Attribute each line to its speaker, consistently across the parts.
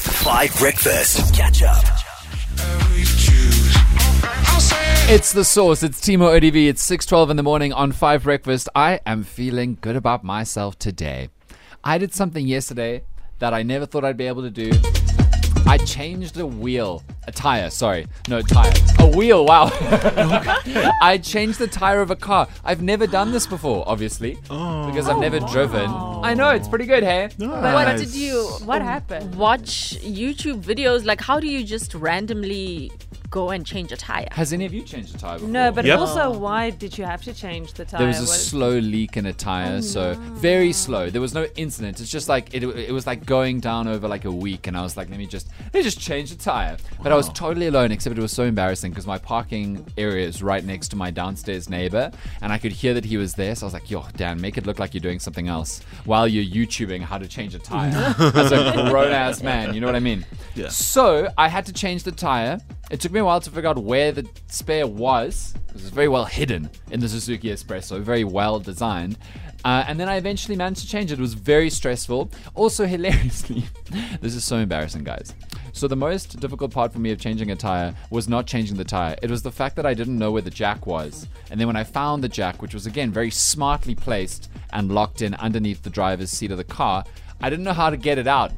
Speaker 1: Five Breakfast. Catch up.
Speaker 2: It's the source. It's Timo ODV. It's 6:12 in the morning on 5 Breakfast. I am feeling good about myself today. I did something yesterday that I never thought I'd be able to do. I changed a wheel, a tire, sorry. No, tire. A wheel, wow. I changed the tire of a car. I've never done this before, obviously, because I've never driven. I know, it's pretty good, hey?
Speaker 3: What
Speaker 4: Nice.
Speaker 3: did you
Speaker 5: What happened?
Speaker 3: watch YouTube videos? Like, how do you just randomly go and change a tire?
Speaker 2: Has any of you changed a tire before?
Speaker 5: No, but
Speaker 4: Yep.
Speaker 5: also, why did you have to change the tire?
Speaker 2: There was a
Speaker 5: What-
Speaker 2: slow leak in a tire, so very slow. There was no incident. It's just like it, it was like going down over like a week, and I was like, let me just let me just change the tire. But I was totally alone, except it was so embarrassing because my parking area is right next to my downstairs neighbor, and I could hear that he was there. So I was like, yo, Dan, make it look like you're doing something else while you're YouTubing how to change a tire. As a grown ass man, you know what I mean?
Speaker 4: Yeah.
Speaker 2: So I had to change the tire. It took me a while to figure out where the spare was. It was very well hidden in the Suzuki Espresso, very well designed. Uh, and then I eventually managed to change it. It was very stressful. Also, hilariously, this is so embarrassing, guys. So, the most difficult part for me of changing a tire was not changing the tire. It was the fact that I didn't know where the jack was. And then when I found the jack, which was again very smartly placed and locked in underneath the driver's seat of the car, I didn't know how to get it out.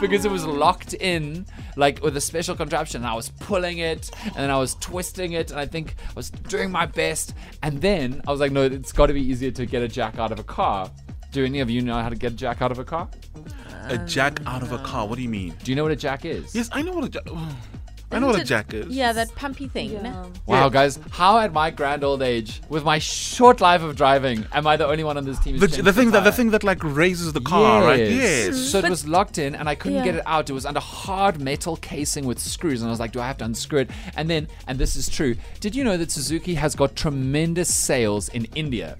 Speaker 2: because it was locked in like with a special contraption and I was pulling it and then I was twisting it and I think I was doing my best and then I was like no it's got to be easier to get a jack out of a car do any of you know how to get a jack out of a car
Speaker 4: A jack out of a car. What do you mean?
Speaker 2: do you know what a jack is
Speaker 4: Yes, I know what a jack. I know what a jack is.
Speaker 3: Yeah, that pumpy thing.
Speaker 2: wow
Speaker 4: yeah.
Speaker 2: guys how at my grand old age with my short life of driving am I the only one on this team who's
Speaker 4: The,
Speaker 2: changed
Speaker 4: the thing that the
Speaker 2: tire?
Speaker 4: thing that like raises the car, right? Yes.
Speaker 2: So it was locked in, and I couldn't
Speaker 3: Yeah.
Speaker 2: get it out. It was under hard metal casing with screws, and I was like, "Do I have to unscrew it?" And then, and this is true. Did you know that Suzuki has got tremendous sales in India?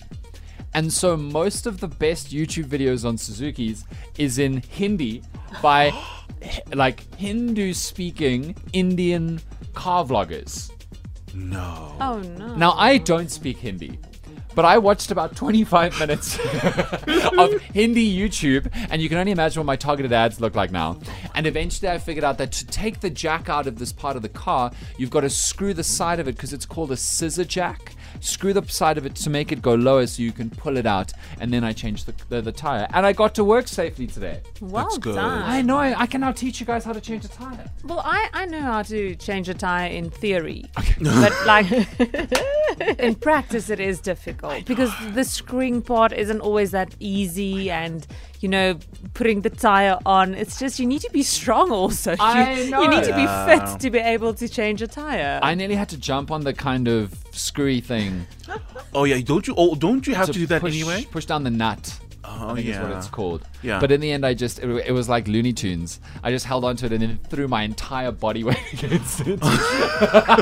Speaker 2: And so most of the best YouTube videos on Suzuki's is in Hindi by h- like Hindu speaking Indian car vloggers.
Speaker 4: No.
Speaker 5: Oh, no.
Speaker 2: Now, I don't speak Hindi, but I watched about 25 minutes of Hindi YouTube, and you can only imagine what my targeted ads look like now. And eventually, I figured out that to take the jack out of this part of the car, you've got to screw the side of it because it's called a scissor jack. Screw the side of it to make it go lower so you can pull it out, and then I changed the, the, the tire. And I got to work safely today.
Speaker 5: well
Speaker 4: That's good.
Speaker 5: done.
Speaker 2: I know, I, I can now teach you guys how to change a tire.
Speaker 5: well, I, I know how to change a tire in theory, but like in practice, it is difficult because the screwing part isn't always that easy, and you know, putting the tire on. It's just you need to be strong also.
Speaker 2: I
Speaker 5: you,
Speaker 2: know.
Speaker 5: you need to be
Speaker 4: Yeah.
Speaker 5: fit to be able to change a tire.
Speaker 2: I nearly had to jump on the kind of screwy thing
Speaker 4: Oh yeah. Don't you? Oh, don't you have to, do that
Speaker 2: push,
Speaker 4: anyway?
Speaker 2: Push down the nut.
Speaker 4: Oh
Speaker 2: I think
Speaker 4: yeah.
Speaker 2: is what it's called.
Speaker 4: Yeah.
Speaker 2: But in the end, I just it, it was like Looney Tunes. I just held onto it and then threw my entire body weight against it.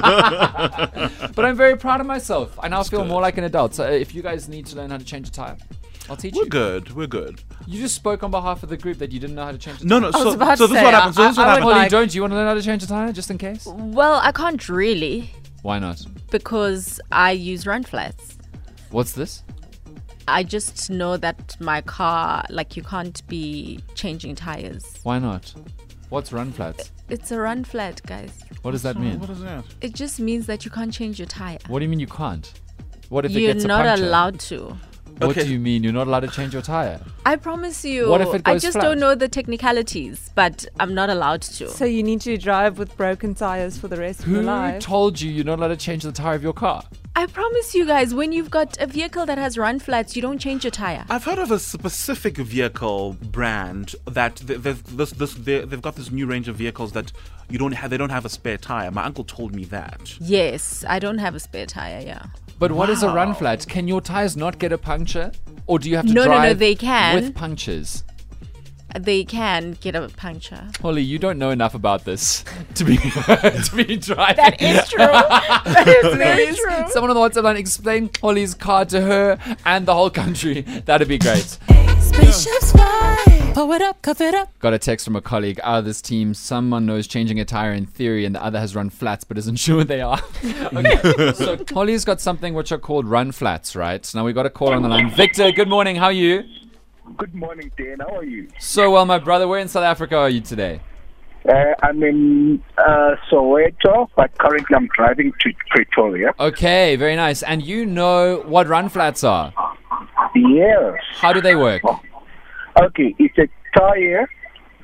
Speaker 2: but I'm very proud of myself. I now feel more like an adult. So uh, if you guys need to learn how to change a tire, I'll teach
Speaker 4: We're
Speaker 2: you.
Speaker 4: good. We're good.
Speaker 2: You just spoke on behalf of the group that you didn't know how to change. A
Speaker 4: No, no.
Speaker 5: was
Speaker 4: So,
Speaker 5: about
Speaker 4: so
Speaker 5: to
Speaker 4: this is
Speaker 5: say,
Speaker 4: what happened. So
Speaker 5: I-
Speaker 4: this is what
Speaker 5: I would
Speaker 2: tire. Holly,
Speaker 4: happened.
Speaker 5: like-
Speaker 2: don't you want to learn how to change a tire just in case?
Speaker 3: Well, I can't really
Speaker 2: Why not?
Speaker 3: because I use run flats.
Speaker 2: What's this?
Speaker 3: I just know that my car, like, you can't be changing tires.
Speaker 2: Why not? What's run flats?
Speaker 3: It's a run flat, guys.
Speaker 2: What does that mean?
Speaker 4: What is that?
Speaker 3: It just means that you can't change your tire.
Speaker 2: What do you mean you can't? What if
Speaker 3: You're
Speaker 2: it gets a
Speaker 3: not
Speaker 2: puncture?
Speaker 3: allowed to.
Speaker 2: What
Speaker 4: Okay.
Speaker 2: do you mean? You're not allowed to change your tire?
Speaker 3: I promise you.
Speaker 2: What if it
Speaker 3: I
Speaker 2: goes
Speaker 3: just
Speaker 2: flat?
Speaker 3: don't know the technicalities, but I'm not allowed to.
Speaker 5: So you need to drive with broken tires for the rest of your
Speaker 2: Who
Speaker 5: life.
Speaker 2: told you you're not allowed to change the tire of your car?
Speaker 3: I promise you guys, when you've got a vehicle that has run flats, you don't change your tire.
Speaker 4: I've heard of a specific vehicle brand that th- they've, this, this, they- they've got this new range of vehicles that you don't have. They don't have a spare tire. My uncle told me that.
Speaker 3: Yes, I don't have a spare tire, yeah.
Speaker 2: But what is a run flat? Can your tires not get a puncture? Or do you have to
Speaker 3: No, no, no,
Speaker 2: drive
Speaker 3: they can.
Speaker 2: with punctures?
Speaker 3: They can get a puncture.
Speaker 2: Holly, you don't know enough about this to be to be driving.
Speaker 3: is true. that is very
Speaker 2: Please, Someone on the WhatsApp line explain Holly's car to her and the whole country. That'd be great.
Speaker 5: Pull it up, cuff it up.
Speaker 2: Got a text from a colleague. Ah, this team. Someone knows changing a tire in theory, and the other has run flats, but isn't sure what they are. okay. So Holly's got something which are called run flats, right? Now we got a call on the line. Victor, good morning. How are you?
Speaker 6: Good morning, Dan. How are you?
Speaker 2: So well, my brother. Where in South Africa are you today?
Speaker 6: Uh, I'm in uh, Soweto, but currently I'm driving to Pretoria.
Speaker 2: Okay, very nice. And you know what run flats are?
Speaker 6: Yes.
Speaker 2: How do they work?
Speaker 6: Okay, it's a tire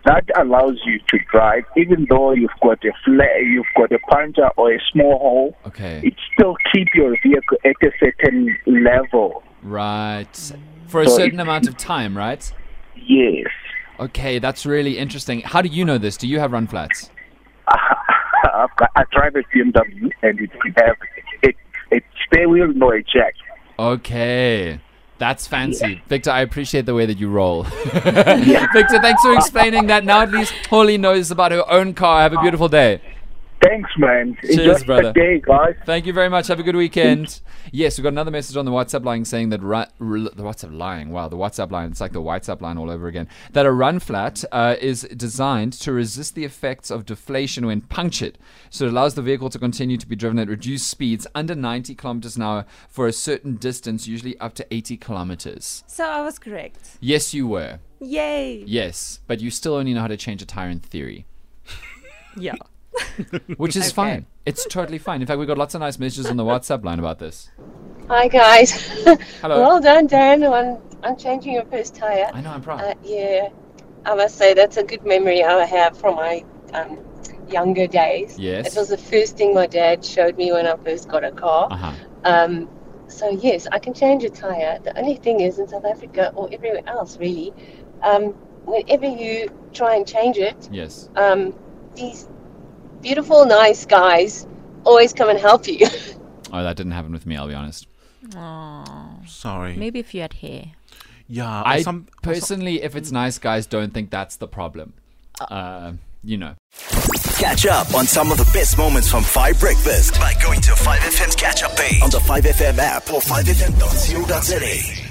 Speaker 6: that allows you to drive, even though you've got a flare, you've got a puncture or a small hole.
Speaker 2: Okay,
Speaker 6: It still keep your vehicle at a certain level.
Speaker 2: right. For a
Speaker 6: So
Speaker 2: certain
Speaker 6: it-
Speaker 2: amount of time, right?
Speaker 6: Yes.
Speaker 2: Okay, that's really interesting. How do you know this? Do you have run flats?
Speaker 6: I've got, I drive a BMW and it have it it's spare wheel no a jack.
Speaker 2: Okay. That's fancy. Victor, I appreciate the way that you roll. Victor, thanks for explaining that. Now at least Holly knows about her own car. Have a beautiful day.
Speaker 6: Thanks, man.
Speaker 2: Cheers,
Speaker 6: Enjoy
Speaker 2: brother.
Speaker 6: the day, guys.
Speaker 2: Thank you very much. Have a good weekend. Yes, we got another message on the WhatsApp line saying that ru- ru- the WhatsApp line. Wow, the WhatsApp line. It's like the WhatsApp line all over again. That a run flat uh, is designed to resist the effects of deflation when punctured, so it allows the vehicle to continue to be driven at reduced speeds under 90 kilometers an hour for a certain distance, usually up to 80 kilometers.
Speaker 5: So I was correct.
Speaker 2: Yes, you were.
Speaker 5: Yay.
Speaker 2: Yes, but you still only know how to change a tire in theory.
Speaker 5: Yeah.
Speaker 2: Which is fine. It's totally fine. In fact, we got lots of nice messages on the WhatsApp line about this.
Speaker 7: Hi guys.
Speaker 2: Hello.
Speaker 7: well done, Dan. On on changing your first tire.
Speaker 2: I know, I'm proud.
Speaker 7: Uh, yeah, I must say that's a good memory I have from my um, younger days.
Speaker 2: Yes.
Speaker 7: It was the first thing my dad showed me when I first got a car.
Speaker 2: Uh huh.
Speaker 7: Um, so yes, I can change a tire. The only thing is in South Africa or everywhere else really, um, whenever you try and change it,
Speaker 2: Yes.
Speaker 7: um, these beautiful, nice guys always come and help you.
Speaker 2: Oh, that didn't happen with me. I'll be honest.
Speaker 4: Sorry.
Speaker 3: Maybe if you had hair.
Speaker 4: Yeah. or
Speaker 2: I
Speaker 4: Uh, some- or some-
Speaker 2: personally, if it's nice guys, don't think that's the problem. Uh, you know.
Speaker 1: Catch up on some of the best moments from 5 Breakfast by going to 5FM's catch up page on the 5FM app or 5FM.co.za.